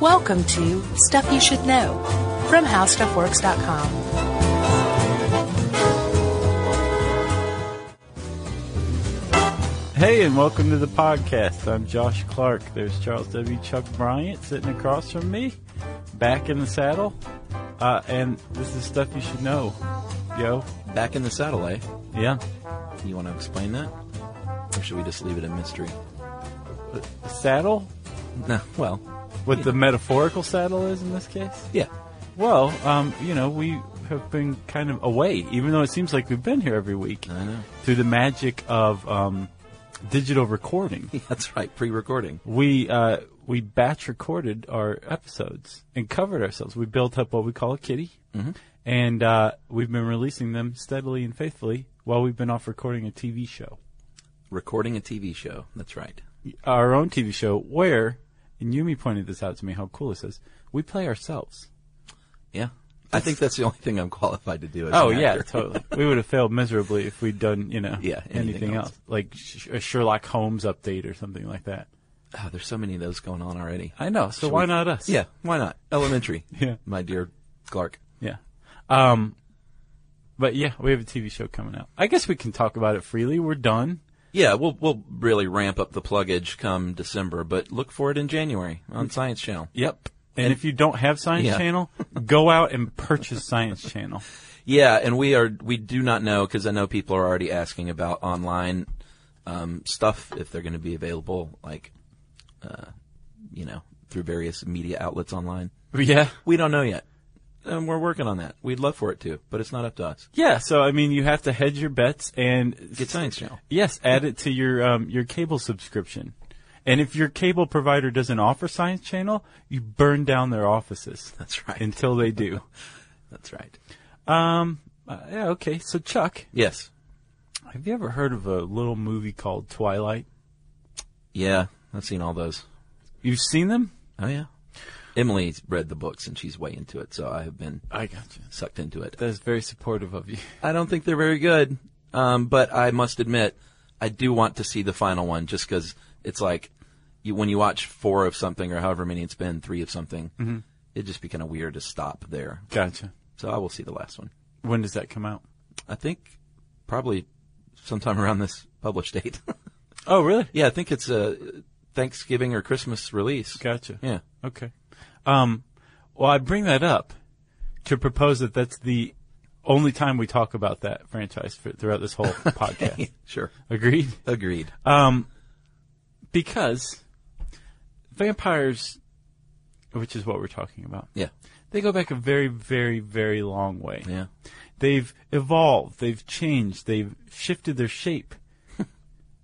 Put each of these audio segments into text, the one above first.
Welcome to Stuff You Should Know from HowStuffWorks.com. Hey, and welcome to the podcast. I'm Josh Clark. There's Charles W. Chuck Bryant sitting across from me, back in the saddle. Uh, and this is stuff you should know. Yo. Back in the saddle, eh? Yeah. You want to explain that? Or should we just leave it a mystery? The saddle? No, well, What the metaphorical saddle is in this case? yeah. Well, um, you know, we have been kind of away, even though it seems like we've been here every week. I know. Through the magic of um, digital recording. That's right, pre recording. we uh, we batch recorded our episodes and covered ourselves. We built up what we call a kitty, and uh, we've been releasing them steadily and faithfully while we've been off recording a TV show, Recording a TV show. That's right. our own TV show, where and Yumi pointed this out to me. How cool this is! We play ourselves. Yeah. I think that's the only thing I'm qualified to do. As Oh an yeah, actor. totally. We would have failed miserably if we'd done you know Yeah, anything, anything else. else. like sh- a Sherlock Holmes update or something like that. Ah, there's so many of those going on already. I know. So Should why we- not us? Yeah, why not? Elementary. Yeah. My dear Clark. Yeah. Um, but yeah, we have a TV show coming out. I guess we can talk about it freely. We're done. Yeah, we'll we'll really ramp up the pluggage come December, but look for it in January on Science Channel. Yep. And, if you don't have Science Yeah. Channel, go out and purchase Science Channel. Yeah, and we are we do not know because I know people are already asking about online um, stuff if they're going to be available, like uh, you know through various media outlets online. Yeah. We don't know yet, and we're working on that. We'd love for it to, but it's not up to us. Yeah. So I mean, you have to hedge your bets and Get Science Channel. yes, add it to your um, your cable subscription. And if your cable provider doesn't offer Science Channel, you burn down their offices That's right. until they do. That's right. Um, uh, yeah. Okay. So Chuck, Yes. have you ever heard of a little movie called Twilight? Yeah, I've seen all those. You've seen them? Oh yeah. Emily's read the books and she's way into it, so I have been I got you. sucked into it. That is very supportive of you. I don't think they're very good, um, but I must admit, I do want to see the final one just because it's like you, when you watch four of something or however many it's been, three of something, it'd just be kind of weird to stop there. Gotcha. So I will see the last one. When does that come out? I think probably sometime around this published date. Oh, really? yeah, I think it's a Thanksgiving or Christmas release. Gotcha. Yeah. Okay. Um, well, I bring that up to propose that that's the only time we talk about that franchise for, throughout this whole podcast. sure. Agreed? Agreed. Um, because vampires, which is what we're talking about, yeah. they go back a very, very, very long way. Yeah. They've evolved. They've changed. They've shifted their shape.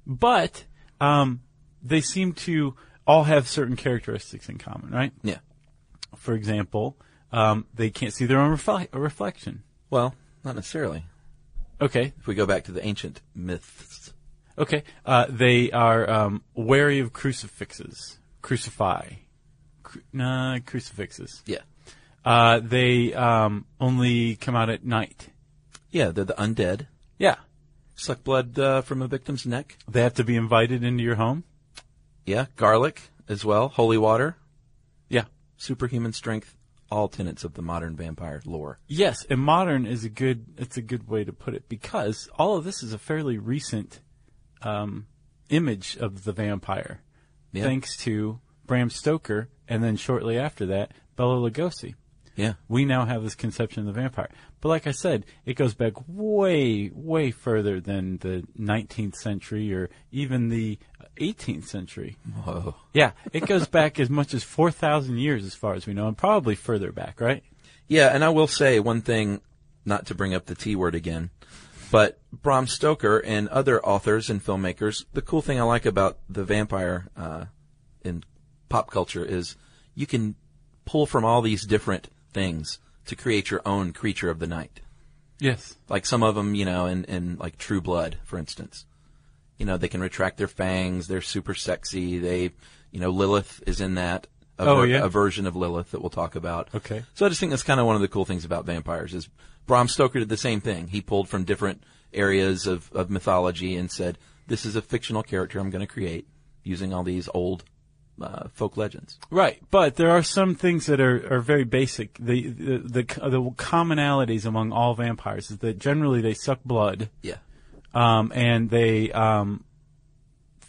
but um, they seem to all have certain characteristics in common, right? Yeah. For example, um, they can't see their own refle- reflection. Well, not necessarily. Okay, If we go back to the ancient myths. okay. Uh, they are um, wary of crucifixes. Crucify. Cru- nah, crucifixes. Yeah. Uh, they um, only come out at night. Yeah, they're the undead. Yeah. Suck blood uh, from a victim's neck. They have to be invited into your home. Yeah, garlic as well. Holy water. Yeah. Superhuman strength. All tenets of the modern vampire lore. Yes, and modern is a good it's a good way to put it because all of this is a fairly recent um, image of the vampire, Yeah. thanks to Bram Stoker, and then shortly after that, Bela Lugosi. Yeah. We now have this conception of the vampire, but like I said, it goes back way, way further than the 19th century or even the 18th century. Whoa. Yeah, it goes back as much as 4,000 years, as far as we know, and probably further back, right? Yeah, and I will say one thing, not to bring up the T word again, but Bram Stoker and other authors and filmmakers, the cool thing I like about the vampire uh, in pop culture is you can pull from all these different things to create your own creature of the night. Yes. like some of them, you know, in, in like True Blood, for instance. You know, they can retract their fangs. They're super sexy. They, you know, Lilith is in that. A Oh, yeah. A version of Lilith that we'll talk about. Okay. So I just think that's kind of one of the cool things about vampires is Bram Stoker did the same thing. He pulled from different areas of, of mythology and said, this is a fictional character I'm going to create using all these old uh, folk legends. Right, but there are some things that are, are very basic. The, the the the commonalities among all vampires is that generally they suck blood, Yeah. um, and they um,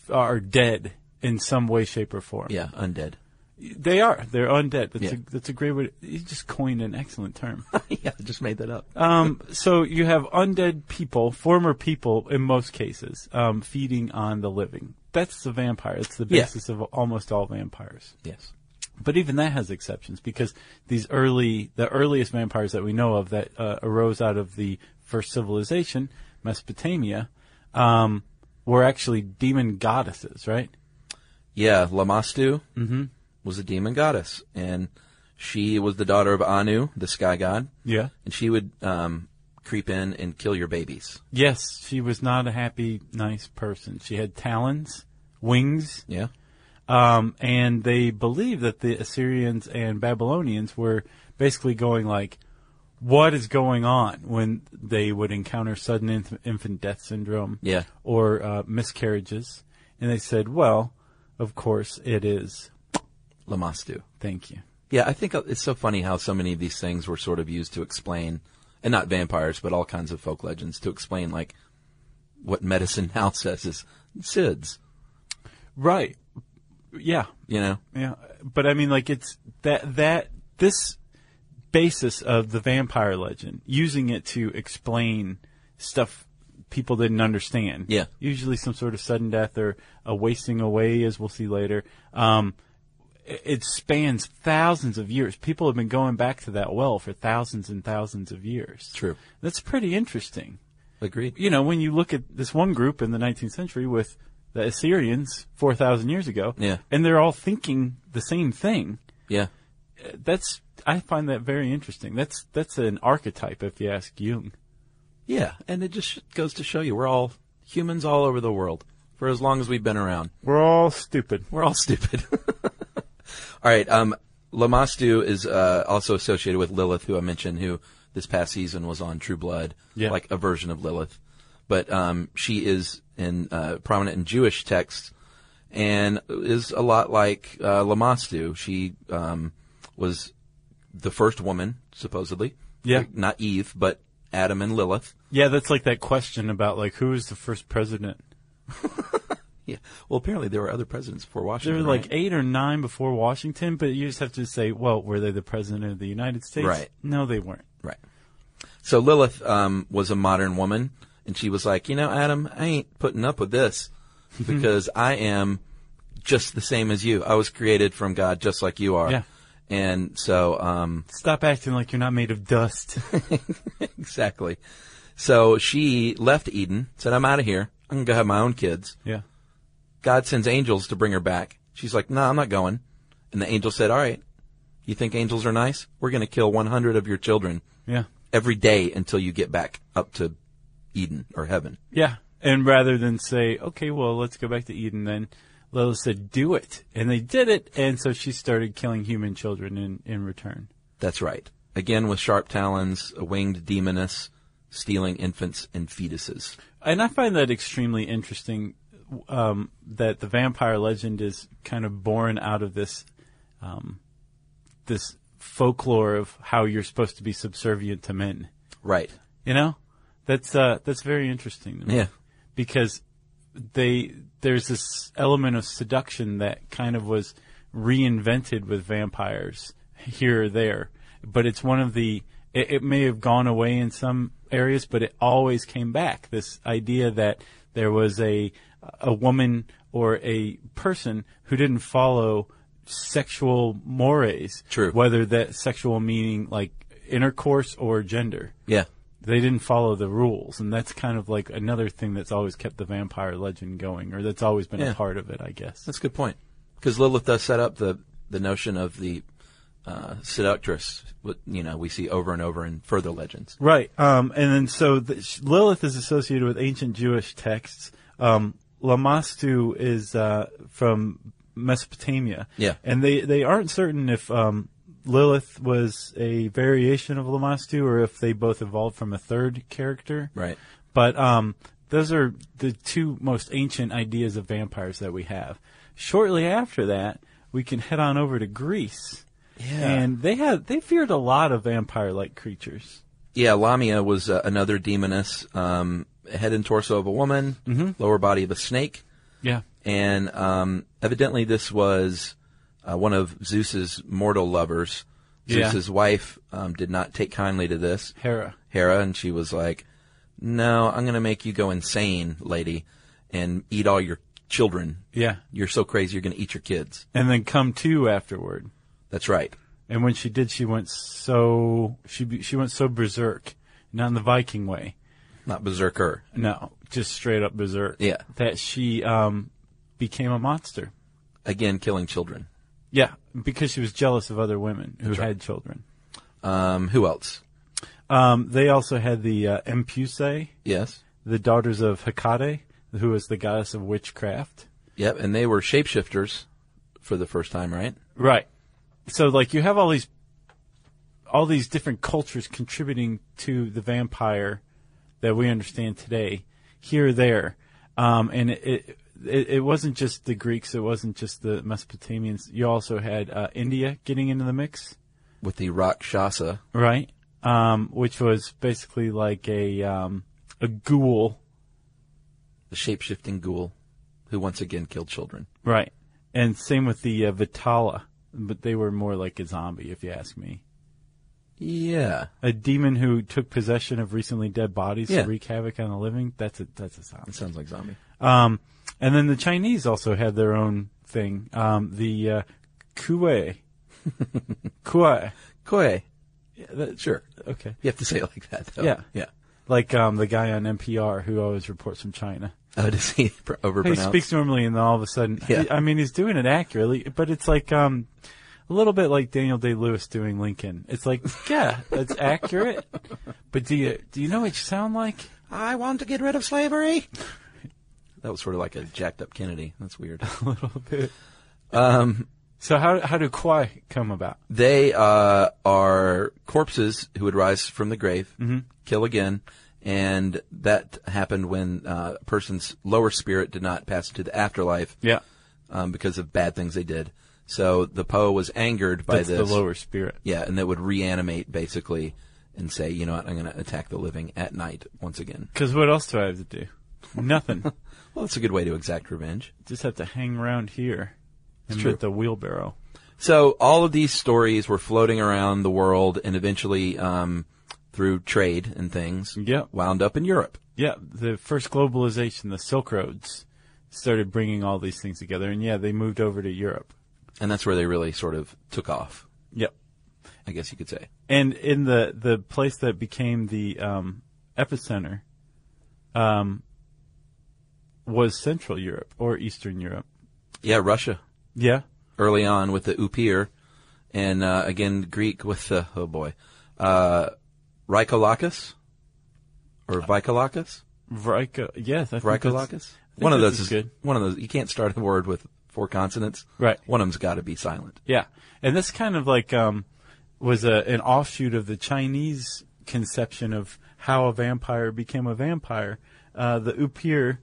are dead in some way, shape, or form. Yeah, undead. They are. They're undead. That's Yeah. a that's a great way. To, you just coined an excellent term. yeah, I just made that up. um, so you have undead people, former people, in most cases, um, feeding on the living. That's the vampire. It's the Yeah. basis of almost all vampires. yes. But even that has exceptions because these early, the earliest vampires that we know of that uh, arose out of the first civilization, Mesopotamia, um, were actually demon goddesses, right? Yeah, Lamastu was a demon goddess, and she was the daughter of Anu, the sky god, Yeah. and she would um, creep in and kill your babies. Yes, she was not a happy, nice person. She had talons, wings, Yeah. um, and they believed that the Assyrians and Babylonians were basically going like, what is going on when they would encounter sudden inf- infant death syndrome? Yeah. or uh, miscarriages. And they said, well, of course it is. Lamastu. Thank you. Yeah, I think uh, it's so funny how so many of these things were sort of used to explain, and not vampires, but all kinds of folk legends to explain like what medicine now says is SIDS. Right. Yeah. You know, Yeah. But I mean, like, it's that, that, this basis of the vampire legend, using it to explain stuff people didn't understand. Yeah. Usually some sort of sudden death or a wasting away, as we'll see later. Um, it- it spans thousands of years. People have been going back to that well for thousands and thousands of years. True. That's pretty interesting. agreed. you know, when you look at this one group in the 19th century with the Assyrians 4,000 years ago, Yeah. and they're all thinking the same thing, Yeah, uh, that's, I find that very interesting. That's, that's an archetype, if you ask Jung. yeah, and it just sh- goes to show you we're all humans all over the world for as long as we've been around. We're all stupid. We're all stupid. all right. Um, Lamastu is uh, also associated with Lilith, who I mentioned, who this past season was on True Blood, Yeah. like a version of Lilith. But um, she is in uh, prominent in Jewish texts and is a lot like uh, Lamastu. She um, was the first woman, supposedly. Yeah. Not Eve, but Adam and Lilith. Yeah, that's like that question about like who was the first president. Yeah. Well, apparently there were other presidents before There Washington. were right? like eight or nine before Washington, but you just have to say, well, were they the president of the United States? Right. No, they weren't. Right. So Lilith um, was a modern woman, and she was like, you know, Adam, I ain't putting up with this because I am just the same as you. I was created from God just like you are. Yeah. And so, um, Stop acting like you're not made of dust. exactly. So she left Eden, said, I'm out of here. I'm going to go have my own kids. yeah. God sends angels to bring her back. She's like, no, I'm not going. And the angel said, all right, you think angels are nice? We're going to kill 100 of your children Yeah. every day until you get back up to Eden or heaven. Yeah. And rather than say, okay, well, let's go back to Eden then, Lilith said, do it. And they did it. And so she started killing human children in, in return. That's right. Again with sharp talons, a winged demoness, stealing infants and fetuses. And I find that extremely interesting um, that the vampire legend is kind of born out of this um, this folklore of how you're supposed to be subservient to men. Right. You know, that's uh, that's very interesting to me. Yeah. because they there's this element of seduction that kind of was reinvented with vampires here or there, but it's one of the it, it may have gone away in some areas, but it always came back. This idea that there was a a woman or a person who didn't follow sexual mores, True. whether that sexual meaning like intercourse or gender Yeah. they didn't follow the rules, and that's kind of like another thing that's always kept the vampire legend going, or that's always been Yeah. a part of it, I guess. That's a good point. Because Lilith does set up the, the notion of the uh, seductress, what, you know, we see over and over in further legends. Right, um, and then so the, sh- Lilith is associated with ancient Jewish texts. Um, Lamastu is uh, from Mesopotamia, Yeah. and they they aren't certain if um, Lilith was a variation of Lamastu or if they both evolved from a third character. Right. But um, those are the two most ancient ideas of vampires that we have. Shortly after that, we can head on over to Greece. Yeah. And they had they feared a lot of vampire-like creatures. Yeah, Lamia was uh, another demoness. Um, head and torso of a woman, lower body of a snake, Yeah. and um, evidently this was uh, one of Zeus's mortal lovers. Yeah. Zeus's wife um, did not take kindly to this, Hera. Hera, and she was like, "No, I'm going to make you go insane, lady, and eat all your children. Yeah. You're so crazy, you're going to eat your kids." And then come to afterward. That's right. And when she did, she went so she be- she went so berserk, not in the Viking way. Not berserker. No, just straight up berserk. Yeah. That she um became a monster. Again, killing children. Yeah, because she was jealous of other women who That's right. had children. Um, who else? Um, they also had the uh, Empusae, Yes. the daughters of Hecate, who was the goddess of witchcraft. Yep, and they were shapeshifters for the first time, right? Right. So like you have all these all these different cultures contributing to the vampire that we understand today here or there. Um, and it, it it it wasn't just the Greeks, it wasn't just the Mesopotamians. You also had uh, India getting into the mix, With the Rakshasa. right? Um, which was basically like a um, a ghoul the shapeshifting ghoul who once again killed children. Right. And same with the uh, Vitala, but they were more like a zombie, if you ask me. Yeah. A demon who took possession of recently dead bodies Yeah. to wreak havoc on the living. That's a that's a zombie. That sounds like zombie. Um, and then the Chinese also had their own thing. Um, the uh, Kuei. Kuei. Koei. Yeah, that- Sure. Okay. You have to say it like that, though. Yeah. Yeah. Like um, the guy on NPR who always reports from China. Oh, does he pr- He overpronounce? speaks normally, and then all of a sudden, Yeah. I mean, he's doing it accurately, but it's like um, a little bit like Daniel Day Lewis doing Lincoln. It's like, yeah, that's accurate, but do you do you know what you sound like? I want to get rid of slavery. that was sort of like a jacked up Kennedy. That's weird. A little bit. um, So how how do Kwai come about? they uh, are corpses who would rise from the grave, kill again, and that happened when uh, a person's lower spirit did not pass into the afterlife. Yeah, um, because of bad things they did. So the Poe was angered by that's this. the lower spirit. Yeah, and that would reanimate basically and say, you know what, I'm going to attack the living at night once again. Because what else do I have to do? Nothing. Well, that's a good way to exact revenge. Just have to hang around here and true. with the wheelbarrow. So all of these stories were floating around the world and eventually, um, through trade and things, Yeah. wound up in Europe. Yeah, the first globalization, the Silk Roads, started bringing all these things together, and yeah, they moved over to Europe. And that's where they really sort of took off, Yep. I guess you could say. And in the, the place that became the um, epicenter um, was Central Europe or Eastern Europe. Yeah, Russia Yeah. early on with the Upir and, uh, again, Greek with the, oh boy, uh, Rykolakis or Vikolakis? Vrika. Yes. I think that's- Rykolakis? One of this those is is good. One of those. You can't start a word with four consonants. Right. One of them's got to be silent. Yeah. And this kind of like um, was a, an offshoot of the Chinese conception of how a vampire became a vampire. Uh, the upir,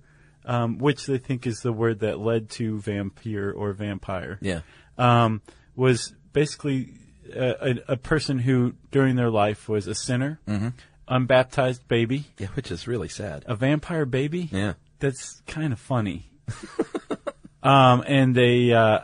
um, which they think is the word that led to vampire or vampire. Yeah. um, was basically a, a, a person who, during their life, was a sinner, Mm-hmm. unbaptized baby, Yeah, which is really sad. a vampire baby. Yeah. That's kind of funny. um, and they, uh,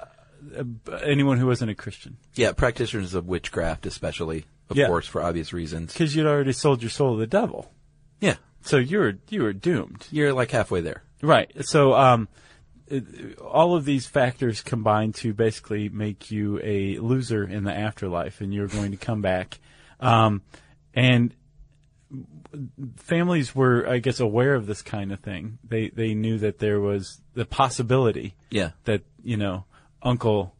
anyone who wasn't a Christian, Yeah, practitioners of witchcraft, especially, of Yeah. course, for obvious reasons. because you'd already sold your soul to the devil, Yeah. so you were you were doomed. You're like halfway there. Right. So, um, it- all of these factors combine to basically make you a loser in the afterlife, and you're going to come back. Um, and families were, I guess, aware of this kind of thing. They they knew that there was the possibility Yeah. that you know, Uncle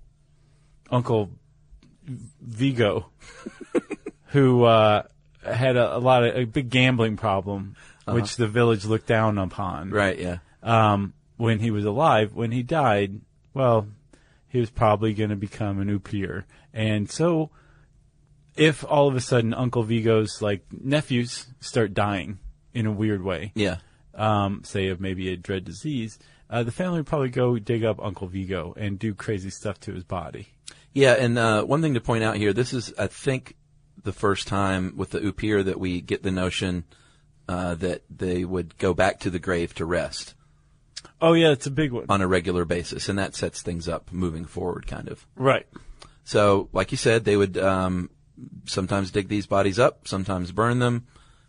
Uncle Vigo, who uh, had a, a lot of a big gambling problem, which the village looked down upon Right, yeah. um, when he was alive. When he died, well, he was probably going to become an upir. And so, if all of a sudden Uncle Vigo's like nephews start dying in a weird way, Yeah. um, say of maybe a dread disease, uh, the family would probably go dig up Uncle Vigo and do crazy stuff to his body. Yeah, and uh, one thing to point out here, this is, I think, the first time with the upir that we get the notion uh, that they would go back to the grave to rest Oh yeah, it's a big one. on a regular basis, and that sets things up moving forward, kind of. Right. So, like you said, they would um, sometimes dig these bodies up, sometimes burn them,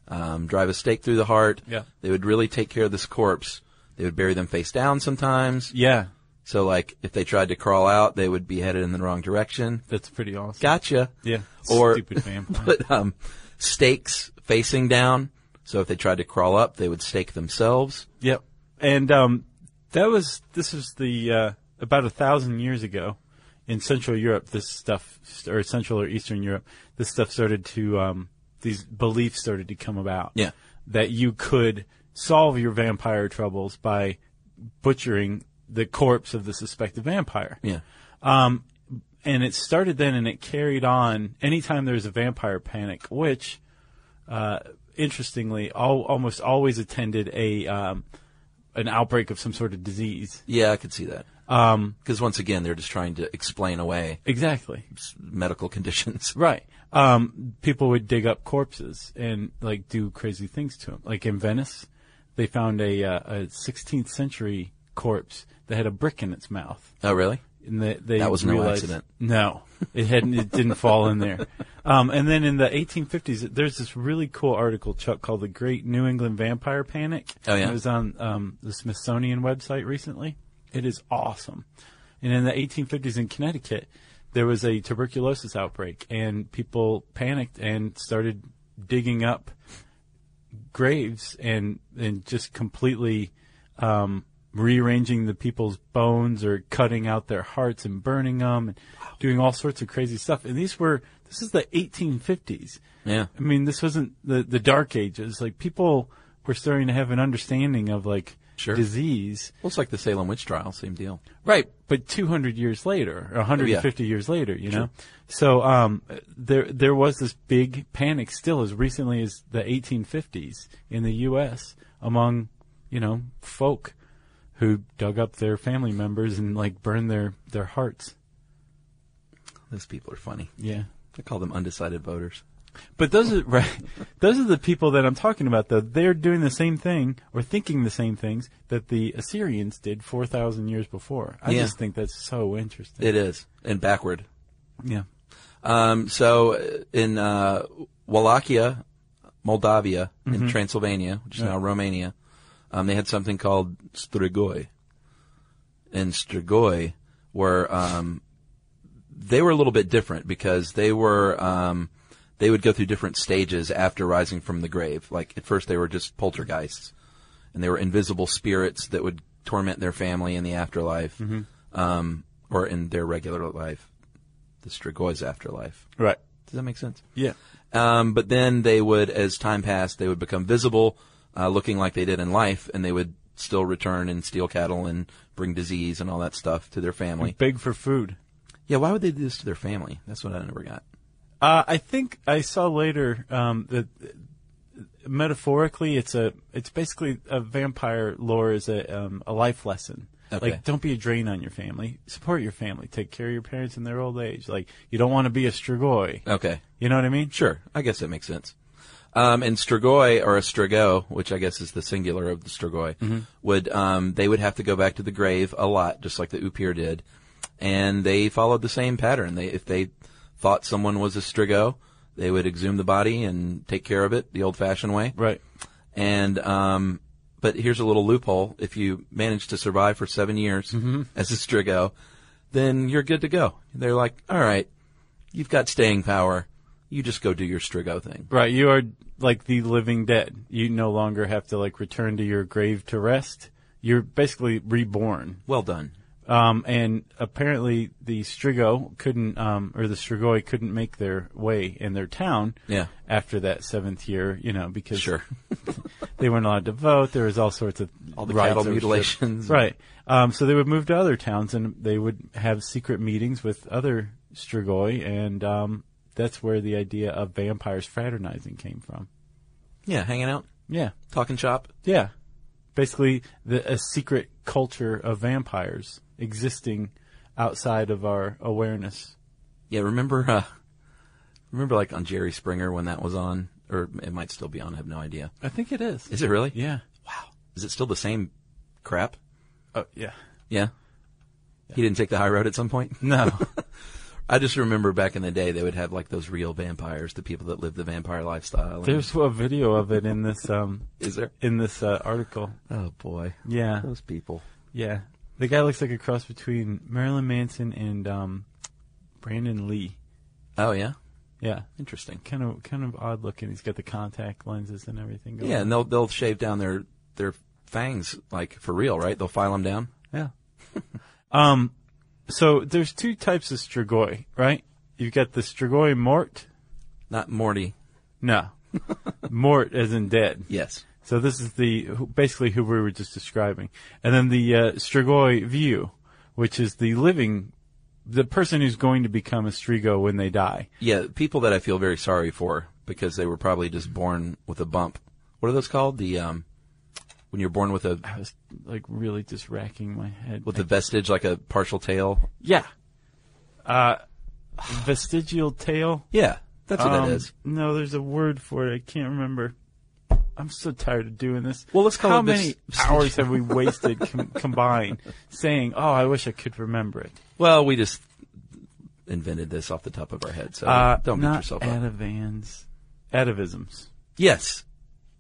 um, drive a stake through the heart. Yeah. They would really take care of this corpse. They would bury them face down sometimes. Yeah, So, like, if they tried to crawl out, they would be headed in the wrong direction. that's pretty awesome. Gotcha. yeah. Or stupid vampire. put um, stakes facing down. So if they tried to crawl up, they would stake themselves. Yep. And um, that was this was the uh, about a thousand years ago in Central Europe. This stuff, or Central or Eastern Europe, this stuff started to um, these beliefs started to come about. Yeah. that you could solve your vampire troubles by butchering the corpse of the suspected vampire. Yeah. And it started then, and it carried on. Anytime there's a vampire panic, which uh, interestingly, all, almost always attended a um, an outbreak of some sort of disease. Yeah, I could see that. Um, Because once again, they're just trying to explain away Exactly. s- medical conditions. Right. Um, people would dig up corpses and like do crazy things to them. Like in Venice, they found a, uh, a 16th century corpse that had a brick in its mouth. Oh, really? And they, they That was no realized- accident. No, it hadn't. It didn't fall in there. Um, and then in the 1850s, there's this really cool article, Chuck, called "The Great New England Vampire Panic." Oh, yeah? it was on um, the Smithsonian website recently. It is awesome. And in the 1850s in Connecticut, there was a tuberculosis outbreak, and people panicked and started digging up graves and and just completely um, rearranging the people's bones or cutting out their hearts and burning them and doing all sorts of crazy stuff. And these were this is the 1850s. Yeah. I mean, this wasn't the the Dark Ages. Like people were starting to have an understanding of like Sure. disease, Well, it's like the Salem witch trial, same deal. right? But 200 years later, or 150 years later, you know. Sure. So um, there there was this big panic still as recently as the 1850s in the U.S. among you know folk who dug up their family members and like burned their their hearts. Those people are funny. Yeah. I call them undecided voters. But those are right, those are the people that I'm talking about. Though they're doing the same thing or thinking the same things that the Assyrians did four thousand years before. I Yeah. just think that's so interesting. It is. And backward. yeah, Um, so uh, in uh, Wallachia, Moldavia, and Transylvania, which is now Romania, um, they had something called Strigoi. And Strigoi were um, they were a little bit different because they were um, they would go through different stages after rising from the grave. Like at first they were just poltergeists, and they were invisible spirits that would torment their family in the afterlife, um, or in their regular life, the Strigoi's afterlife. right. Does that make sense? Yeah, Um, but then they would, as time passed, they would become visible, uh, looking like they did in life, and they would still return and steal cattle and bring disease and all that stuff to their family. beg for food. Yeah, why would they do this to their family? That's what I never got. Uh, I think I saw later um, that uh, metaphorically, it's a it's basically a vampire lore is a um, a life lesson. Okay. Like, don't be a drain on your family. Support your family. Take care of your parents in their old age. Like, you don't want to be a strigoi. Okay, You know what I mean? sure, I guess that makes sense. Um, and Strigoi or a Strigo, which I guess is the singular of the Strigoi, would um, they would have to go back to the grave a lot, just like the Upir did, and they followed the same pattern. They if they thought someone was a Strigo, they would exhume the body and take care of it the old-fashioned way. Right. And um, but here's a little loophole: if you manage to survive for seven years as a strigo, then you're good to go. They're like, all right, you've got staying power. You just go do your strigo thing. Right. You are like the living dead. You no longer have to like return to your grave to rest. You're basically reborn. Well done. Um, and apparently the Strigo couldn't, um, or the Strigoi couldn't make their way in their town. Yeah. After that seventh year, you know, because Sure. they weren't allowed to vote. There was all sorts of All the rights cattle that were stripped. mutilations. Right. Um, so they would move to other towns and they would have secret meetings with other Strigoi, and um, that's where the idea of vampires fraternizing came from. Yeah, hanging out, Yeah. talking shop. Yeah. basically the, a secret culture of vampires existing outside of our awareness. Yeah, remember, uh, remember like on Jerry Springer when that was on, or it might still be on. I have no idea. I think it is. Is it really? Yeah. Wow. Is it still the same crap? Oh, yeah. Yeah. He didn't take the high road at some point. No. I just remember back in the day they would have like those real vampires, the people that live the vampire lifestyle. And- There's a video of it in this um Is there? in this uh, article. Oh boy. Yeah. Those people. Yeah. The guy looks like a cross between Marilyn Manson and um Brandon Lee. Oh yeah. Yeah. Interesting. Kind of kind of odd looking. He's got the contact lenses and everything going. Yeah, and they'll they'll shave down their their fangs like for real, right? They'll file them down. Yeah. um, so there's two types of strigoi, right? You've got the strigoi mort. Not Morty. No. mort as in dead. Yes. So this is the, who- basically who we were just describing. And then the, uh, strigoi view, which is the living, the person who's going to become a strigo when they die. Yeah, people that I feel very sorry for because they were probably just born with a bump. What are those called? The um when you're born with a I was like really just racking my head. with a vestige like a partial tail. yeah. Uh, vestigial tail. Yeah, that's what Um, that is. No, there's a word for it. I can't remember. I'm so tired of doing this. Well, let's call How it many this- hours have we wasted com- combined saying, "Oh, I wish I could remember it." Well, we just invented this off the top of our head, so Uh, don't beat not yourself up. Adivans, atavisms, Yes,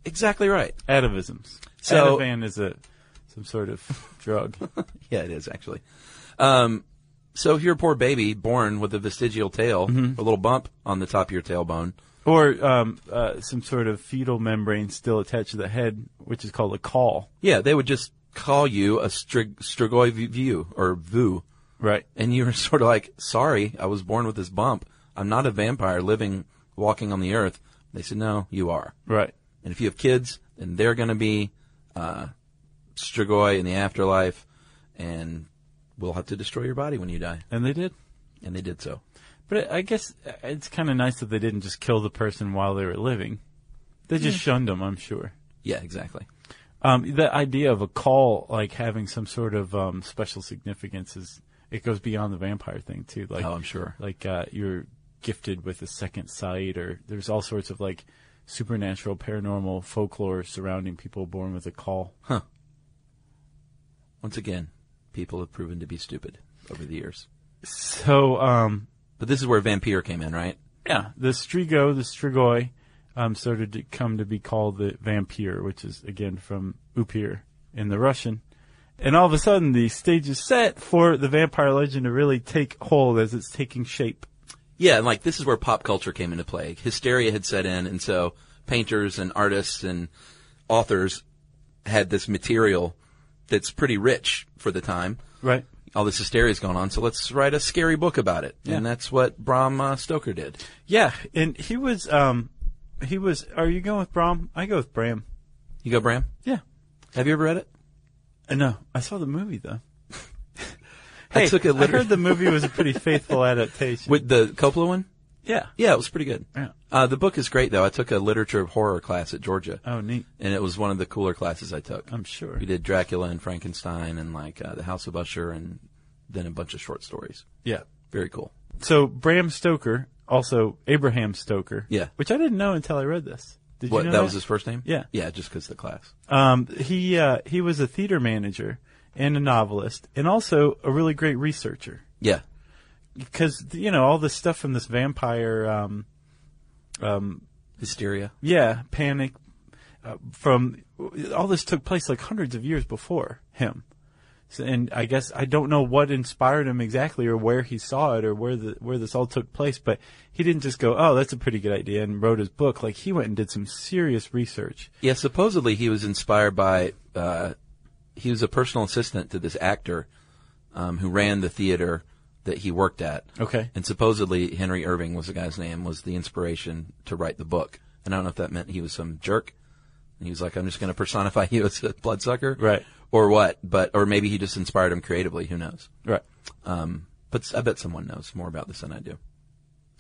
exactly right. atavisms. So- Ativan is a some sort of drug. Yeah, it is actually. Um, so if you're a poor baby born with a vestigial tail, Mm-hmm. a little bump on the top of your tailbone, Or um, uh, some sort of fetal membrane still attached to the head, which is called a caul. yeah, they would just call you a strig- strigoi v- view or vu, Right. and you were sort of like, "Sorry, I was born with this bump. I'm not a vampire living, walking on the earth." They said, "No, you are." Right. And if you have kids, then they're going to be uh, strigoi in the afterlife, and we'll have to destroy your body when you die. And they did. And they did so. But I guess uh, it's kind of nice that they didn't just kill the person while they were living. They just shunned them, I'm sure. Yeah, exactly. Um, the idea of a call like having some sort of um, special significance is it goes beyond the vampire thing too. Like, Oh, I'm sure. Like uh, you're gifted with a second sight, or there's all sorts of like supernatural, paranormal folklore surrounding people born with a call. Once again, people have proven to be stupid over the years. So um, But this is where vampire came in, right? Yeah, the strigo, the strigoi, um, started to come to be called the vampire, which is again from upir in the Russian. And all of a sudden, the stage is set for the vampire legend to really take hold as it's taking shape. Yeah, and like this is where pop culture came into play. Hysteria had set in, and so painters and artists and authors had this material that's pretty rich for the time. Right. All this hysteria's going on, so let's write a scary book about it. Yeah. And that's what Bram uh, Stoker did. Yeah, and he was, um, he was. Are you going with Bram? I go with Bram. You go, Bram? Yeah. Have you ever read it? Uh, No, I saw the movie though. I took a I liter- heard the movie was a pretty faithful adaptation. With the Coppola one? yeah. Yeah, it was pretty good. Yeah. Uh, the book is great, though. I took a literature of horror class at Georgia, Oh, neat. and it was one of the cooler classes I took. I'm sure. We did Dracula and Frankenstein and like uh, the House of Usher and then a bunch of short stories. Yeah. Very cool. So Bram Stoker, also Abraham Stoker. Yeah. Which I didn't know until I read this. Did What you know that, was his first name? Yeah. Yeah, just because the class. Um, he uh, he was a theater manager and a novelist, and also a really great researcher Yeah. because you know all this stuff from this vampire, um, Hysteria. yeah, panic, uh, from all this took place like hundreds of years before him. So, and I guess I don't know what inspired him exactly, or where he saw it, or where the where this all took place. But he didn't just go, "Oh, that's a pretty good idea," and wrote his book. Like he went and did some serious research. Yeah, supposedly he was inspired by uh, he was a personal assistant to this actor um, who ran the theater that he worked at. Okay. And supposedly Henry Irving was the guy's name, was the inspiration to write the book. And I don't know if that meant he was some jerk. And he was like, I'm just going to personify you as a bloodsucker. Right. Or what, but, or maybe he just inspired him creatively, who knows. Right. Um, but s- I bet someone knows more about this than I do.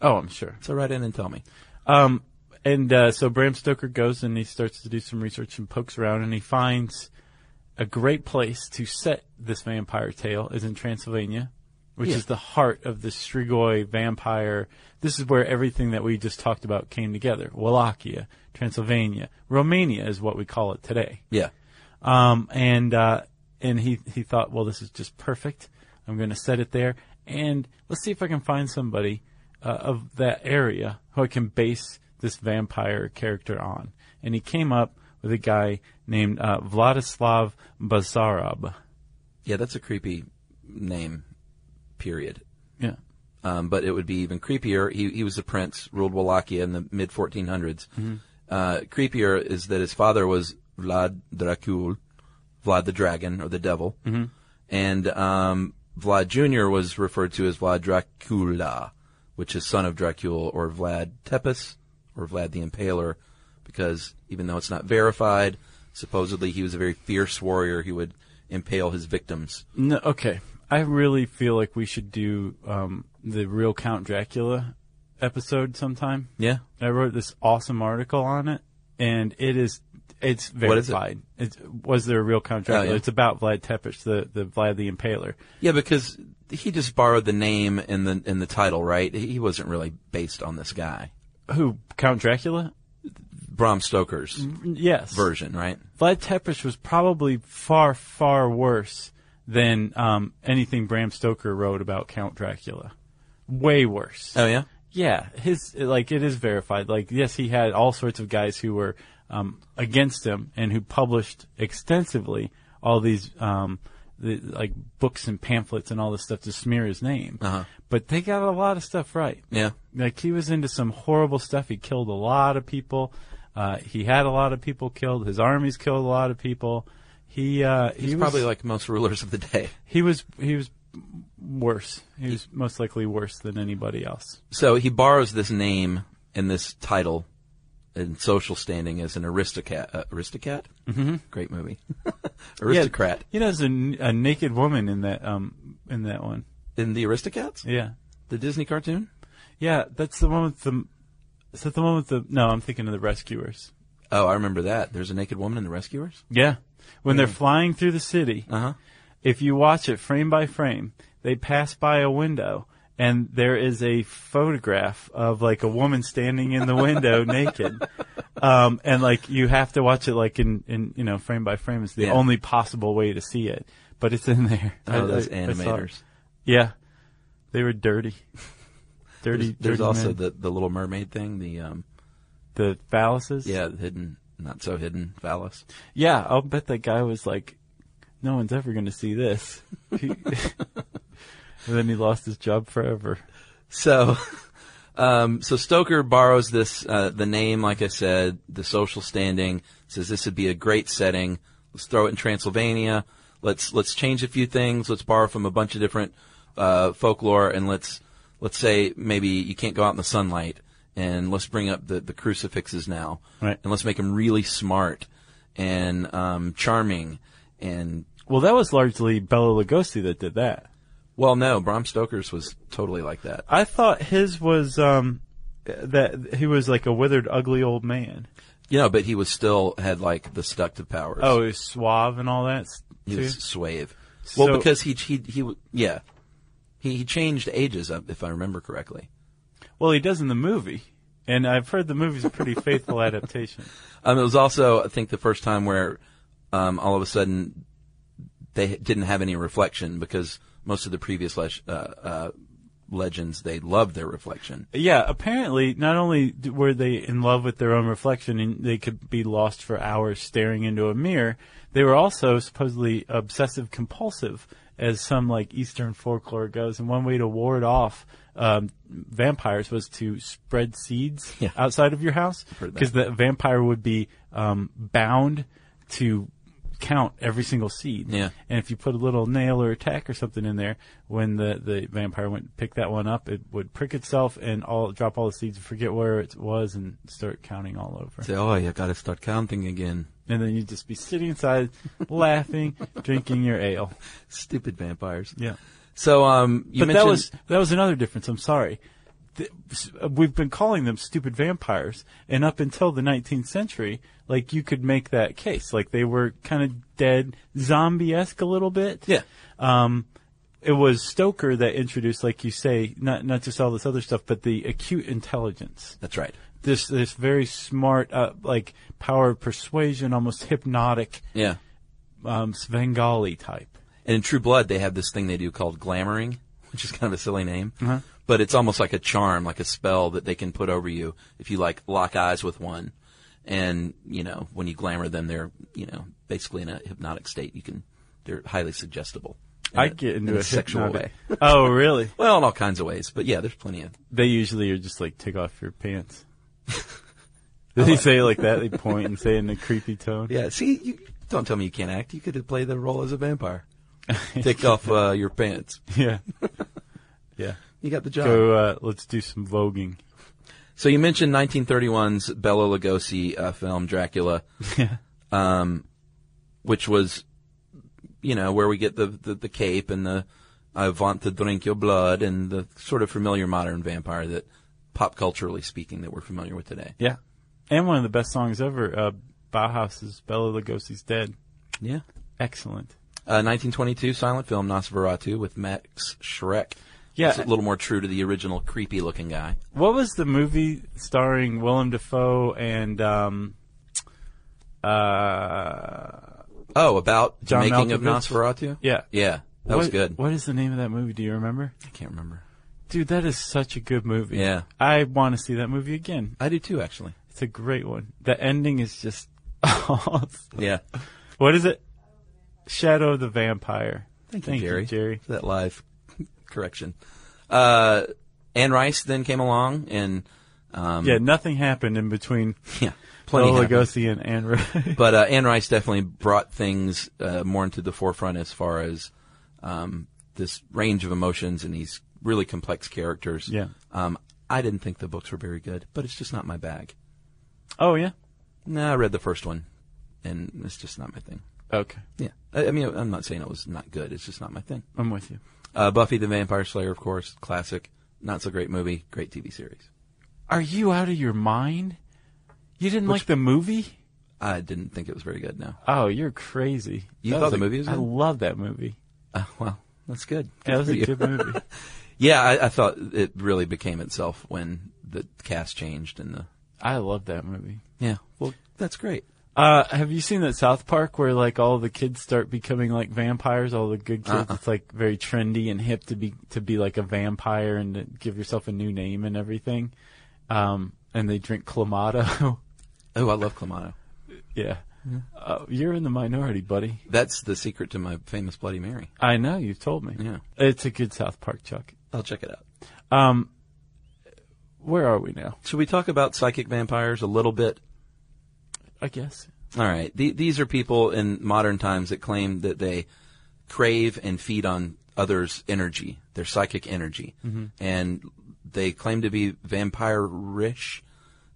Oh, I'm sure. So write in and tell me. Um, and uh, so Bram Stoker goes and he starts to do some research and pokes around and he finds a great place to set this vampire tale is in Transylvania, which Yeah. is the heart of the Strigoi vampire. This is where everything that we just talked about came together. Wallachia, Transylvania, Romania is what we call it today. Yeah. Um, and uh, and he he thought, well, this is just perfect. I'm going to set it there, and let's see if I can find somebody uh, of that area who I can base this vampire character on. And he came up with a guy named uh, Vladislav Bazarab. Yeah, that's a creepy name, period. Yeah. Um, but it would be even creepier. He, he was a prince, ruled Wallachia in the mid 1400s. Uh, creepier is that his father was Vlad Dracul, Vlad the Dragon or the Devil, and um, Vlad Jr. was referred to as Vlad Dracula, which is son of Dracul or Vlad Tepes or Vlad the Impaler, because even though it's not verified, supposedly he was a very fierce warrior. He would impale his victims. No, okay. I really feel like we should do um, the real Count Dracula episode sometime. Yeah, I wrote this awesome article on it, and it is it's What is it? verified. It's, was there a real contract? Oh, yeah. It's about Vlad Tepes, the the Vlad the Impaler. Yeah, because he just borrowed the name and the and the title, right? He wasn't really based on this guy. Who Count Dracula? Bram Stoker's Mm-hmm. Yes. version, right? Vlad Tepes was probably far far worse than um, anything Bram Stoker wrote about Count Dracula. Way worse. Oh yeah. Yeah, his like it is verified. Like yes, he had all sorts of guys who were um, against him and who published extensively all these um, the, like books and pamphlets and all this stuff to smear his name. Uh-huh. But they got a lot of stuff right. Yeah. Like he was into some horrible stuff. He killed a lot of people. Uh, he had a lot of people killed. His armies killed a lot of people. He uh, He's he was, probably like most rulers of the day. he was he was worse. He was most likely worse than anybody else. So he borrows this name and this title and social standing as an aristocrat. Uh, aristocrat? Mm-hmm. Great movie. aristocrat. Yeah, you know, there's a, n- a naked woman in that um in that one. In the Aristocats? Yeah, The Disney cartoon? yeah, that's the one with the. Is that the one with the? No, I'm thinking of the rescuers. Oh, I remember that. There's a naked woman in The Rescuers? Yeah, when they're Hmm. flying through the city, Uh-huh. if you watch it frame by frame, they pass by a window. And there is a photograph of like a woman standing in the window naked, um, and like you have to watch it like in, in you know frame by frame. It's the Yeah. only possible way to see it, but it's in there. Oh, those I- I- I saw it. animators. Yeah, they were dirty. Dirty. There's, there's dirty also men. the, the Little Mermaid thing, the um, the phalluses. Yeah, the hidden, not so hidden phallus. yeah. I'll bet that guy was like, "No one's ever going to see this." He- and then he lost his job forever. So, um, so Stoker borrows this, uh, the name, like I said, the social standing, says this would be a great setting. Let's throw it in Transylvania. Let's, let's change a few things. Let's borrow from a bunch of different, uh, folklore and let's, let's say maybe you can't go out in the sunlight and let's bring up the, the crucifixes now. Right. And let's make them really smart and, um, charming and, Well, that was largely Bela Lugosi that did that. well, no, Bram Stoker's was totally like that. I thought his was um, that he was like a withered, ugly old man. Yeah, but he was still had like the seductive powers. Oh, he was suave and all that. s- he too? was swave. So- well, because he he he w- yeah, he he changed ages uh, if I remember correctly. Well, he does in the movie, and I've heard the movie's a pretty faithful adaptation. Um, it was also I think the first time where um, all of a sudden they didn't have any reflection because most of the previous le- uh, uh, legends they loved their reflection. Yeah, apparently, not only d- were they in love with their own reflection and they could be lost for hours staring into a mirror, they were also supposedly obsessive compulsive, as some like Eastern folklore goes. And one way to ward off um, vampires was to spread seeds Yeah. outside of your house Heard that. because the vampire would be um, bound to count every single seed. Yeah. And if you put a little nail or a tack or something in there, when the, the vampire went to pick that one up, it would prick itself and all drop all the seeds and forget where it was and start counting all over. Say, oh, you got to start counting again. And then you'd just be sitting inside laughing, drinking your ale. Stupid vampires. Yeah. So um, you but mentioned that was that was another difference. I'm sorry. th- s- uh, we've been calling them stupid vampires, and up until the 19th century, like you could make that case, like they were kind of dead, zombie-esque a little bit. Yeah. Um, it was Stoker that introduced, like you say, not not just all this other stuff, but the acute intelligence. That's right. This this very smart, uh, like power of persuasion, almost hypnotic, Yeah. um, Svengali type. And in True Blood, they have this thing they do called glamoring, which is kind of a silly name, Uh-huh. but it's almost like a charm, like a spell that they can put over you if you like lock eyes with one. And you know, when you glamour them, they're you know basically in a hypnotic state. You can, they're highly suggestible. in I a- get into in a, a sexual hypnotic- way. oh, really? Well, in all kinds of ways, but yeah, there's plenty of. They usually are just like take off your pants. Did he say it like that? They point and say it in a creepy tone. Yeah, see, you don't tell me you can't act. You could play the role as a vampire. Take off uh, your pants. Yeah. yeah. You got the job. So uh, let's do some voguing. So you mentioned 1931's Bela Lugosi uh, film Dracula, Yeah. um, which was, you know, where we get the the, the cape and the "I want to drink your blood" and the sort of familiar modern vampire that, pop culturally speaking, that we're familiar with today. Yeah. And one of the best songs ever, uh, Bauhaus's Bella Lugosi's Dead. Yeah. Excellent. Uh, 1922 silent film Nosferatu with Max Schreck. Yeah. It's a little more true to the original creepy looking guy. What was the movie starring Willem Dafoe and um, uh, Oh, about John the making of Malkovich? Nosferatu. yeah, Yeah, that was What- good. What is the name of that movie? Do you remember? I can't remember. Dude, that is such a good movie. Yeah. I want to see that movie again. I do too, actually. It's a great one. The ending is just awesome. Yeah. What is it? Shadow of the Vampire. Thank you, Jerry. Jerry. for that live correction. Uh, Anne Rice then came along and, um, Yeah, nothing happened in between yeah, plenty Bela happened. Lugosi and Anne Rice. But, uh, Anne Rice definitely brought things, uh, more into the forefront as far as, um, this range of emotions and these really complex characters. Yeah. Um, I didn't think the books were very good, but it's just not my bag. oh yeah. No, I read the first one and it's just not my thing. Okay, Yeah. I, I mean, I'm not saying it was not good. It's just not my thing. I'm with you. Uh, Buffy the Vampire Slayer, of course, classic. Not so great movie, great TV series. Are you out of your mind? You didn't like the movie? I didn't think it was very good. No. Oh, you're crazy. You thought was the a- movie was I good? love that movie. Uh, well, that's good. Yeah, that was for a you. good movie. yeah, I, I thought it really became itself when the cast changed and the. I love that movie. Yeah. Well, that's great. Uh, have you seen that South Park where like all the kids start becoming like vampires? All the good kids, it's like very trendy and hip to be to be like a vampire and to give yourself a new name and everything. Um, and they drink clamato. Oh, I love Clamato. yeah, Uh, you're in the minority, buddy. That's the secret to my famous Bloody Mary. I know you've told me. Yeah. it's a good South Park, Chuck. I'll check it out. Um, where are we now? Should we talk about psychic vampires a little bit? I guess. All right. The, these are people in modern times that claim that they crave and feed on others' energy, their psychic energy. Mm-hmm. And they claim to be vampirish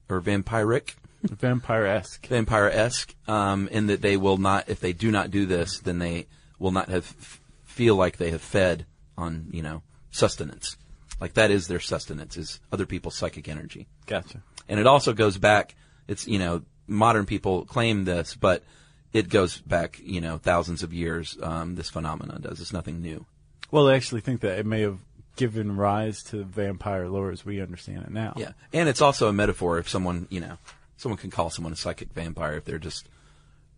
or vampiric, Vampire esque. vampire esque, um, in that they will not, if they do not do this, then they will not have, f- feel like they have fed on, you know, sustenance. Like that is their sustenance, is other people's psychic energy. Gotcha. And it also goes back, it's, you know, modern people claim this, but it goes back, you know, thousands of years. Um, this phenomenon does. It's nothing new. Well, I actually think that it may have given rise to vampire lore as we understand it now. Yeah. And it's also a metaphor if someone, you know, someone can call someone a psychic vampire if they're just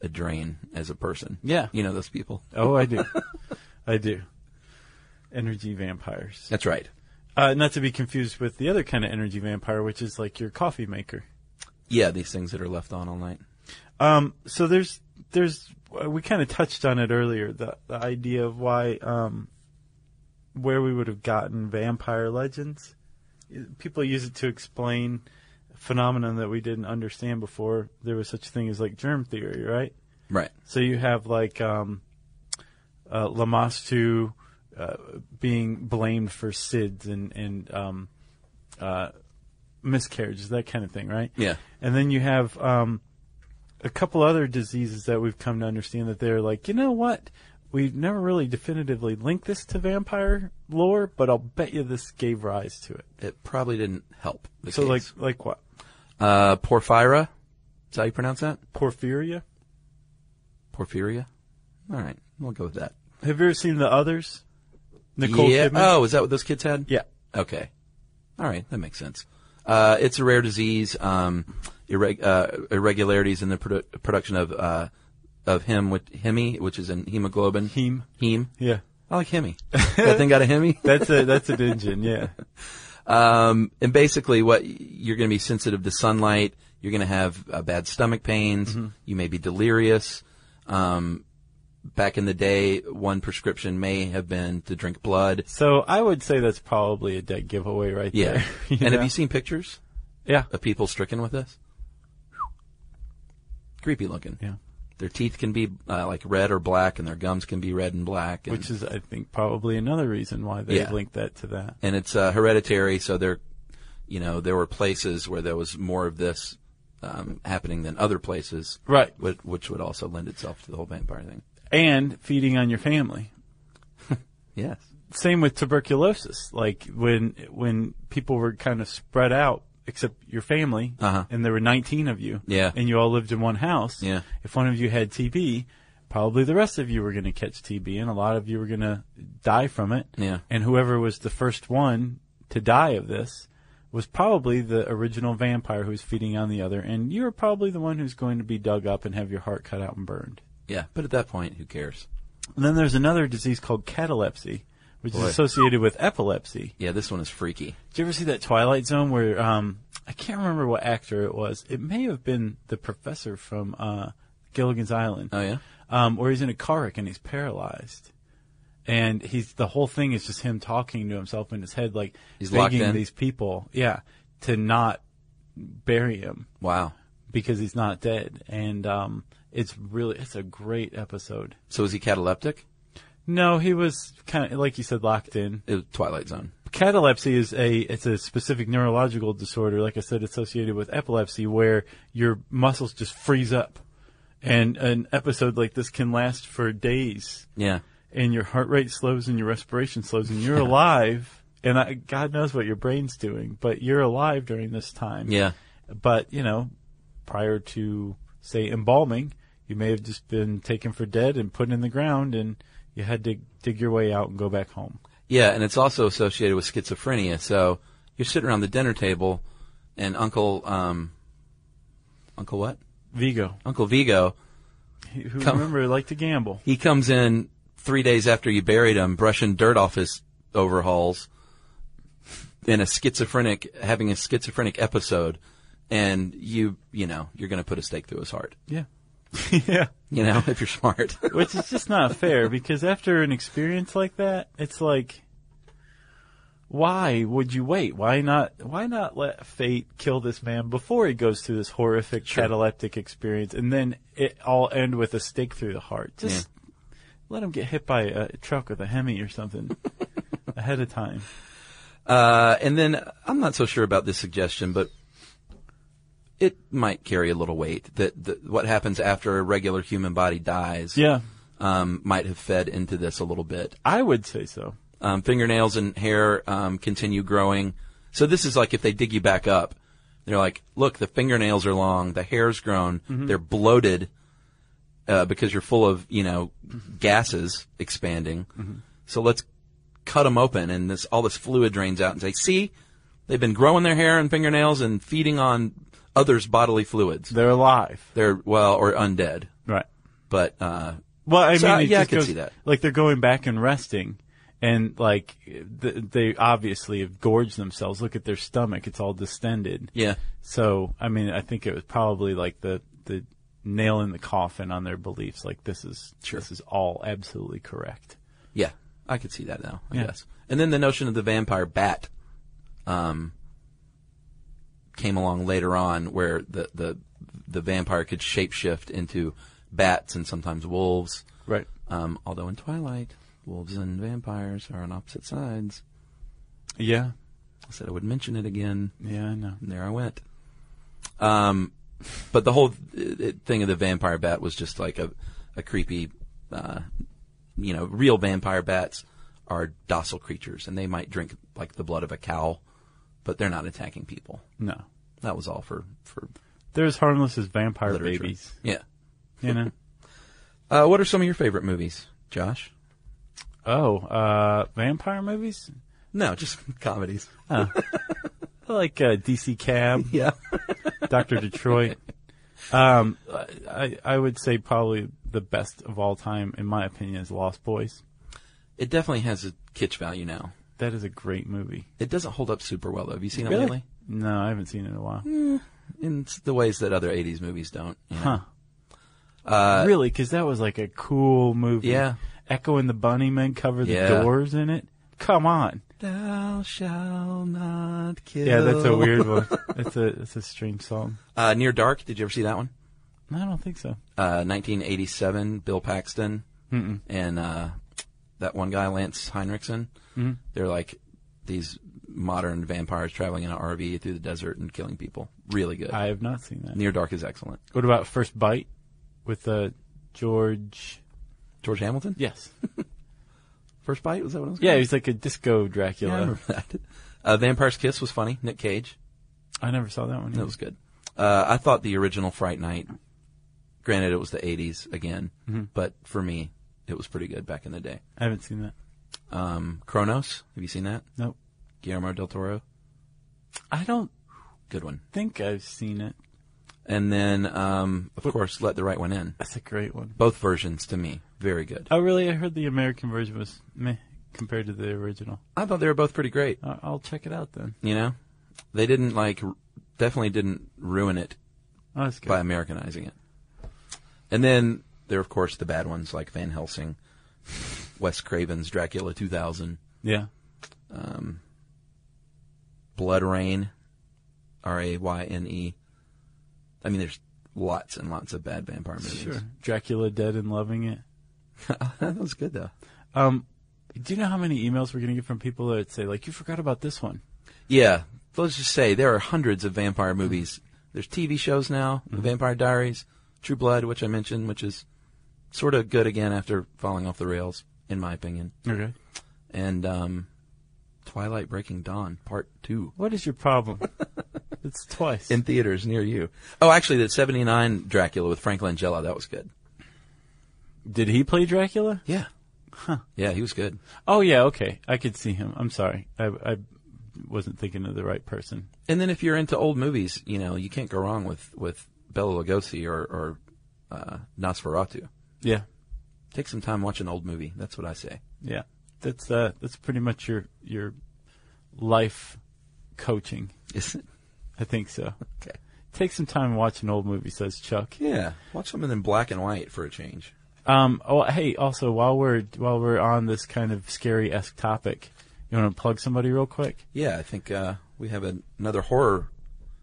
a drain as a person. Yeah. You know, those people. Oh, I do. I do. Energy vampires. That's right. Uh, not to be confused with the other kind of energy vampire, which is like your coffee maker. Yeah. These things that are left on all night. Um, so there's, there's, uh, we kind of touched on it earlier, the, the idea of why, um, where we would have gotten vampire legends. People use it to explain phenomenon that we didn't understand before. There was such a thing as like germ theory, right? Right. So you have like um, uh, Lamastu uh, being blamed for SIDS and and um, uh, miscarriages, that kind of thing, right? Yeah. And then you have um, a couple other diseases that we've come to understand that they're like, you know what? We've never really definitively linked this to vampire lore, but I'll bet you this gave rise to it. It probably didn't help. The So, case. like, like what? uh, Porphyra. Is that how you pronounce that? Porphyria? Porphyria. All right, we'll go with that. Have you ever seen The Others? Nicole yeah. Kidman? Oh, is that what those kids had? Yeah. Okay. All right, that makes sense. Uh, it's a rare disease. Um, irreg- uh, irregularities in the produ- production of uh, of hem with hemi, which is in hemoglobin. Heme. Heme. Yeah. I like hemi. that thing got a hemi. That's a, that's an engine, yeah. Um, and basically, what you're going to be sensitive to sunlight. You're going to have uh, bad stomach pains. Mm-hmm. You may be delirious. Um, back in the day, one prescription may have been to drink blood. So I would say that's probably a dead giveaway right Yeah. there. and know? have you seen pictures Yeah. of people stricken with this? Creepy looking. Yeah. Their teeth can be uh, like red or black, and their gums can be red and black. And, Which is, I think, probably another reason why they Yeah. linked that to that. and it's uh, hereditary. So there, you know, there were places where there was more of this um, happening than other places, Right. Which, which would also lend itself to the whole vampire thing. And feeding on your family. Yes. Same with tuberculosis. Like when, when people were kind of spread out, except your family, Uh-huh. and there were 19 of you, Yeah. and you all lived in one house. Yeah. If one of you had TB, probably the rest of you were going to catch TB and a lot of you were going to die from it. Yeah. And whoever was the first one to die of this was probably the original vampire who was feeding on the other. And you're probably the one who's going to be dug up and have your heart cut out and burned. Yeah. But at that point, who cares? And then there's another disease called catalepsy, which Boy. is associated with epilepsy. Yeah. This one is freaky. Did you ever see that Twilight Zone where um I can't remember what actor it was. It may have been the professor from uh Gilligan's Island. Oh yeah. Um where he's in a car wreck and he's paralyzed. And he's the whole thing is just him talking to himself in his head like He's locked begging in? these people, yeah, to not bury him Wow. because he's not dead. And um it's really it's a great episode. So is he cataleptic? No, he was kind of like you said locked in. It was Twilight Zone. catalepsy is a it's a specific neurological disorder like i said associated with epilepsy where your muscles just freeze up and an episode like this can last for days Yeah. and your heart rate slows and your respiration slows and you're alive and I, god knows what your brain's doing but you're alive during this time Yeah. but you know prior to say embalming you may have just been taken for dead and put in the ground and you had to dig your way out and go back home Yeah, and it's also associated with schizophrenia. So you're sitting around the dinner table, and Uncle um, Uncle what? vigo Uncle Vigo. who Come- remember like to gamble. He comes in three days after you buried him, brushing dirt off his overhauls, in a schizophrenic, having a schizophrenic episode, and you, you know, you're going to put a stake through his heart. Yeah. yeah. You know, if you're smart. Which is just not fair because after an experience like that, it's like why would you wait? Why not why not let fate kill this man before he goes through this horrific cataleptic experience and then it all end with a stake through the heart? Just let him get hit by a truck with a Hemi or something ahead of time. Uh, and then I'm not so sure about this suggestion, but it might carry a little weight that, that what happens after a regular human body dies Yeah. um, might have fed into this a little bit. I would say so. Um, fingernails and hair um, continue growing. So this is like if they dig you back up, they're like, look, the fingernails are long, the hair's grown, they're bloated uh, because you're full of you know gases expanding. So let's cut them open, and this all this fluid drains out, and say, see, they've been growing their hair and fingernails and feeding on others' bodily fluids. They're alive. They're well or undead, Right. but uh, Well, I So, mean, uh, it yeah, I just could goes- see that. Like they're going back and resting, and like th- they obviously have gorged themselves. Look at their stomach; it's all distended. yeah, So, I mean, I think it was probably like the the nail in the coffin on their beliefs. Like this is Sure. this is all absolutely correct. Yeah, I could see that now. I Yeah. guess. And then the notion of the vampire bat, um, came along later on, where the the the vampire could shapeshift into bats and sometimes wolves. Right. Um, although in Twilight, wolves and vampires are on opposite sides. Yeah. I said I would mention it again, Yeah, I know. and there I went. Um, but the whole uh, uh, thing of the vampire bat was just like a a creepy uh, you know, real vampire bats are docile creatures and they might drink like the blood of a cow, but they're not attacking people. No, That was all for, for they're as harmless as vampire literature. babies. Yeah. You know. Uh, what are some of your favorite movies, Josh? oh, uh, vampire movies. No, just comedies. I like uh, DC Cab, Yeah. Doctor Detroit. Um, I I would say probably the best of all time, in my opinion, is Lost Boys. it definitely has a kitsch value now. That is a great movie. It doesn't hold up super well though. Have you seen it lately? No, I haven't seen it in a while. In s- the ways that other 80s movies don't. you know. Huh. Uh, really? Because that was like a cool movie. Yeah. Echo and the Bunnymen cover the Yeah. doors in it. Come on. Thou shall not kill. Yeah, that's a weird one. That's a that's a strange song. Uh, Near Dark. Did you ever see that one? No, I don't think so. Uh, 1987. Bill Paxton and uh, that one guy, Lance Heinrichsen. Mm-hmm. They're like these modern vampires traveling in an RV through the desert and killing people. Really good. I have not seen that. Near Dark is excellent. What about First Bite with uh, George? George Hamilton. Yes. First bite was that what it was? Yeah, called? he's like a disco Dracula. Yeah, I remember that. Uh, Vampire's Kiss was funny. Nick Cage. I never saw that one. That either. was good. Uh, I thought the original Fright Night, granted it was the 80s again, but for me, it was pretty good back in the day. I haven't seen that. Um, Kronos, have you seen that? Nope. Guillermo del Toro, I don't good one. think I've seen it. And then, um, of course, Let the Right One In. That's a great one. Both versions to me, very good. Oh, really? I heard the American version was meh compared to the original. I thought they were both pretty great, I- I'll check it out then. you know? They didn't like, r- definitely didn't ruin it Oh, that's good. by Americanizing it. And then there are, of course, the bad ones like Van Helsing, Wes Craven's Dracula 2000, Yeah. Blood Rain, R A Y N E. I mean, there's lots and lots of bad vampire movies. Sure. Dracula Dead and Loving It. that was good, though. Um, do you know how many emails we're going to get from people that say, like, you forgot about this one? Yeah. Let's just say there are hundreds of vampire movies. There's TV shows now, The Vampire Diaries, True Blood, which I mentioned, which is sort of good again after falling off the rails, in my opinion. Okay. And um, Twilight Breaking Dawn, Part 2. What is your problem? it's twice. in theaters near you. Oh, actually, the '79 Dracula with Frank Langella that was good. Did he play Dracula? Yeah, Yeah, he was good. Oh, yeah, okay. I could see him. I'm sorry. I, I wasn't thinking of the right person. And then if you're into old movies, you know you can't go wrong with with Bela Lugosi or, or uh, Nosferatu. Yeah. Take some time watch an old movie. That's what I say. Yeah. That's, uh, that's pretty much your, your life coaching. Is it? I think so. Okay. Take some time and watch an old movie, says Chuck. Yeah, watch something in black and white for a change. Um, oh, hey, also while we're while we're on this kind of scary esque topic, you want to plug somebody real quick? Yeah, I think uh, we have an, another horror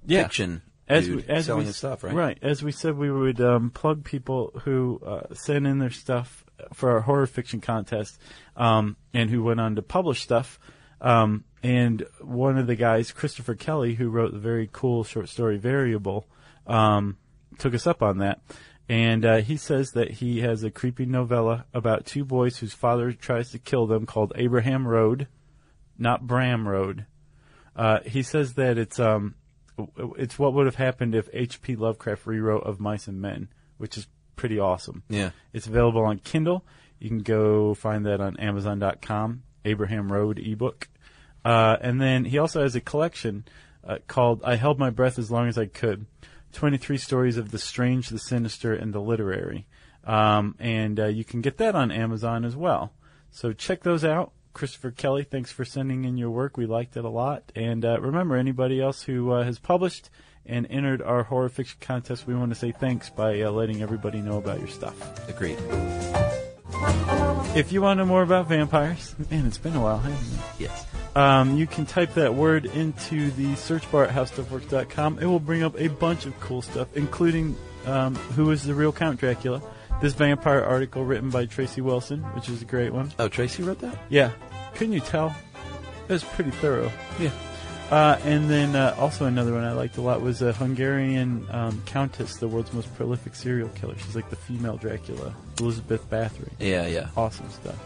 Yeah. fiction As dude we, as selling we, his stuff, right? Right. As we said, we would um, plug people who uh, sent in their stuff for our horror fiction contest, um, and who went on to publish stuff. Um, and one of the guys, Christopher Kelly, who wrote the very cool short story "Variable," um, took us up on that. And uh, he says that he has a creepy novella about two boys whose father tries to kill them called Abraham Road, not Bram Road. Uh, he says that it's um, w- it's what would have happened if H.P. Lovecraft rewrote of Mice and Men, which is pretty awesome. Yeah. It's available on Kindle. You can go find that on Amazon.com. Abraham Road ebook, uh, and then he also has a collection uh, called "I Held My Breath as Long as I Could." 23 stories of the strange, the sinister, and the literary. Um, and uh, you can get that on Amazon as well. So check those out. Christopher Kelly, thanks for sending in your work. We liked it a lot. And uh, remember, anybody else who uh, has published and entered our horror fiction contest, we want to say thanks by uh, letting everybody know about your stuff. Agreed. If you want to know more about vampires, man, it's been a while, hasn't it? Yes. Um, you can type that word into the search bar at howstuffworks.com. It will bring up a bunch of cool stuff, including um, Who is the Real Count Dracula? This vampire article written by Tracy Wilson, which is a great one. Oh, Tracy wrote that. Yeah. Couldn't you tell? It was pretty thorough. Yeah. Uh, and then uh, also another one I liked a lot was a Hungarian um, countess, the world's most prolific serial killer. She's like the female Dracula, Elizabeth Bathory. Yeah, yeah. Awesome stuff.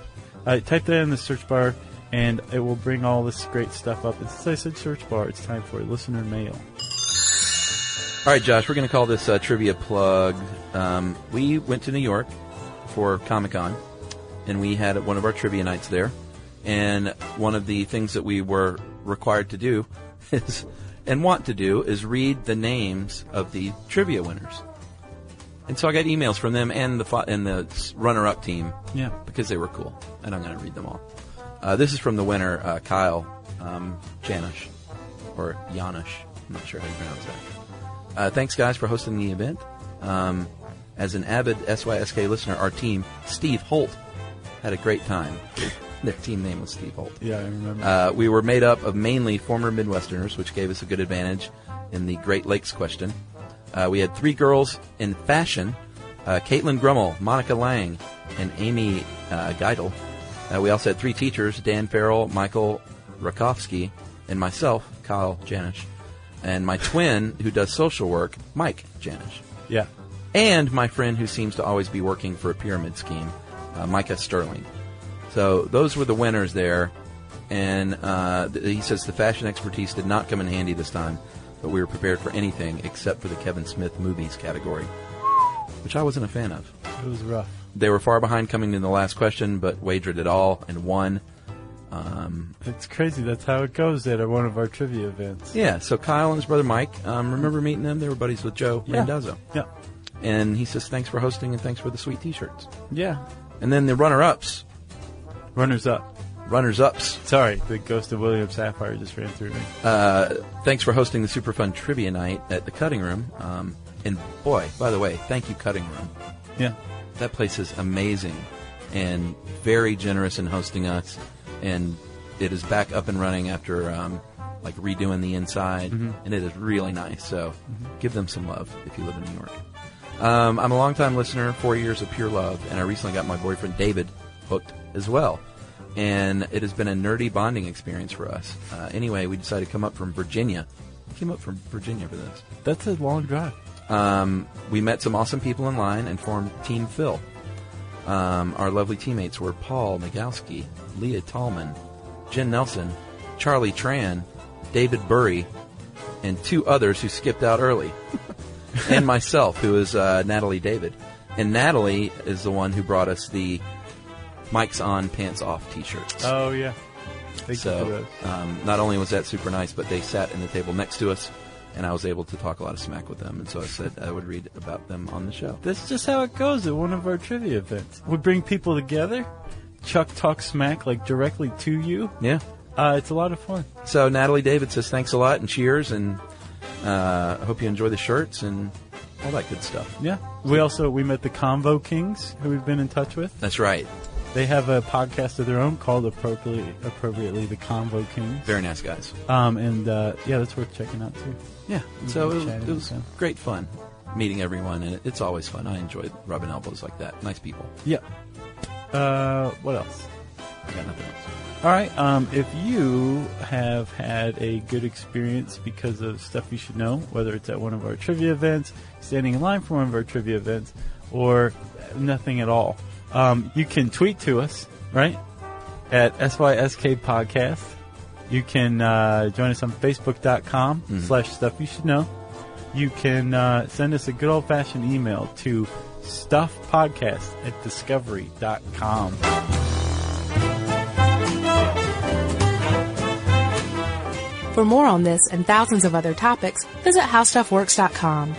Uh, type that in the search bar, and it will bring all this great stuff up. And since I said search bar, it's time for listener mail. All right, Josh, we're going to call this uh, trivia plug. Um, we went to New York for Comic Con, and we had one of our trivia nights there. And one of the things that we were required to do is, and want to do, is read the names of the trivia winners. And so I got emails from them and the fi- and the s- runner-up team Yeah. because they were cool, and I'm going to read them all. Uh, this is from the winner, uh, Kyle um, Janish, or Janish. I'm not sure how you pronounce that. Uh, thanks, guys, for hosting the event. Um, as an avid SYSK listener, our team, Steve Holt, had a great time. Their team name was Steve Holt. Yeah, I remember. Uh, we were made up of mainly former Midwesterners, which gave us a good advantage in the Great Lakes question. Uh, we had three girls in fashion uh, Caitlin Grummel, Monica Lang, and Amy uh, Geidel. Uh, we also had three teachers Dan Farrell, Michael Rakowski, and myself, Kyle Janish, and my twin who does social work, Mike Janish, yeah. and my friend who seems to always be working for a pyramid scheme, uh, Micah Sterling. So those were the winners there. And uh, th- he says the fashion expertise did not come in handy this time, but we were prepared for anything except for the Kevin Smith movies category, which I wasn't a fan of. It was rough. They were far behind coming in the last question, but wagered it all and won. It's crazy. That's how it goes at one of our trivia events. Yeah, so Kyle and his brother Mike, um, remember meeting them? They were buddies with Joe Randazzo. Yeah. And he says, thanks for hosting and thanks for the sweet t shirts. Yeah. And then the runner ups, Runners up. runners ups, Sorry, the ghost of William Sapphire just ran through me. Uh, thanks for hosting the super fun trivia night at the Cutting Room. Um, and boy, by the way, thank you, Cutting Room. Yeah. That place is amazing and very generous in hosting us. And it is back up and running after um, like redoing the inside, and it is really nice. So give them some love if you live in New York. Um, I'm a longtime listener, four years of pure love, and I recently got my boyfriend David hooked as well. And it has been a nerdy bonding experience for us. Uh, anyway, we decided to come up from Virginia. We came up from Virginia for this. That's a long drive. Um, we met some awesome people in line and formed Team Phil. Um, our lovely teammates were Paul Nagowski, Leah Tallman, Jen Nelson, Charlie Tran, David Burry, and two others who skipped out early, and myself, who is uh, Natalie David. And Natalie is the one who brought us the Mike's on, pants off T-shirts. Oh, yeah. Thank you for So, those. um, not only was that super nice, but they sat in the table next to us, and I was able to talk a lot of smack with them. And so I said I would read about them on the show. That's just how it goes at one of our trivia events. We bring people together. Chuck talks smack like directly to you. Yeah. Uh, it's a lot of fun. So Natalie David says thanks a lot and cheers, and uh, I hope you enjoy the shirts and all that good stuff. Yeah. We also we met the Convo Kings, who we've been in touch with. That's right. They have a podcast of their own called appropriately appropriately the Convo Kings. Very nice guys. Um, and uh, yeah, that's worth checking out too. Yeah. So it was, Chatting it was with them. great fun meeting everyone, and it- it's always fun. I enjoyed rubbing elbows like that. Nice people. Yeah. Uh, what else? I got nothing else. All right. Um, if you have had a good experience because of stuff you should know, whether it's at one of our trivia events, standing in line for one of our trivia events, or nothing at all, um, you can tweet to us, right? At SYSK Podcast. You can uh, join us on Facebook.com slash Stuff You Should Know. You can uh, send us a good old-fashioned email to stuffpodcast at discovery.com. For more on this and thousands of other topics, visit howstuffworks.com.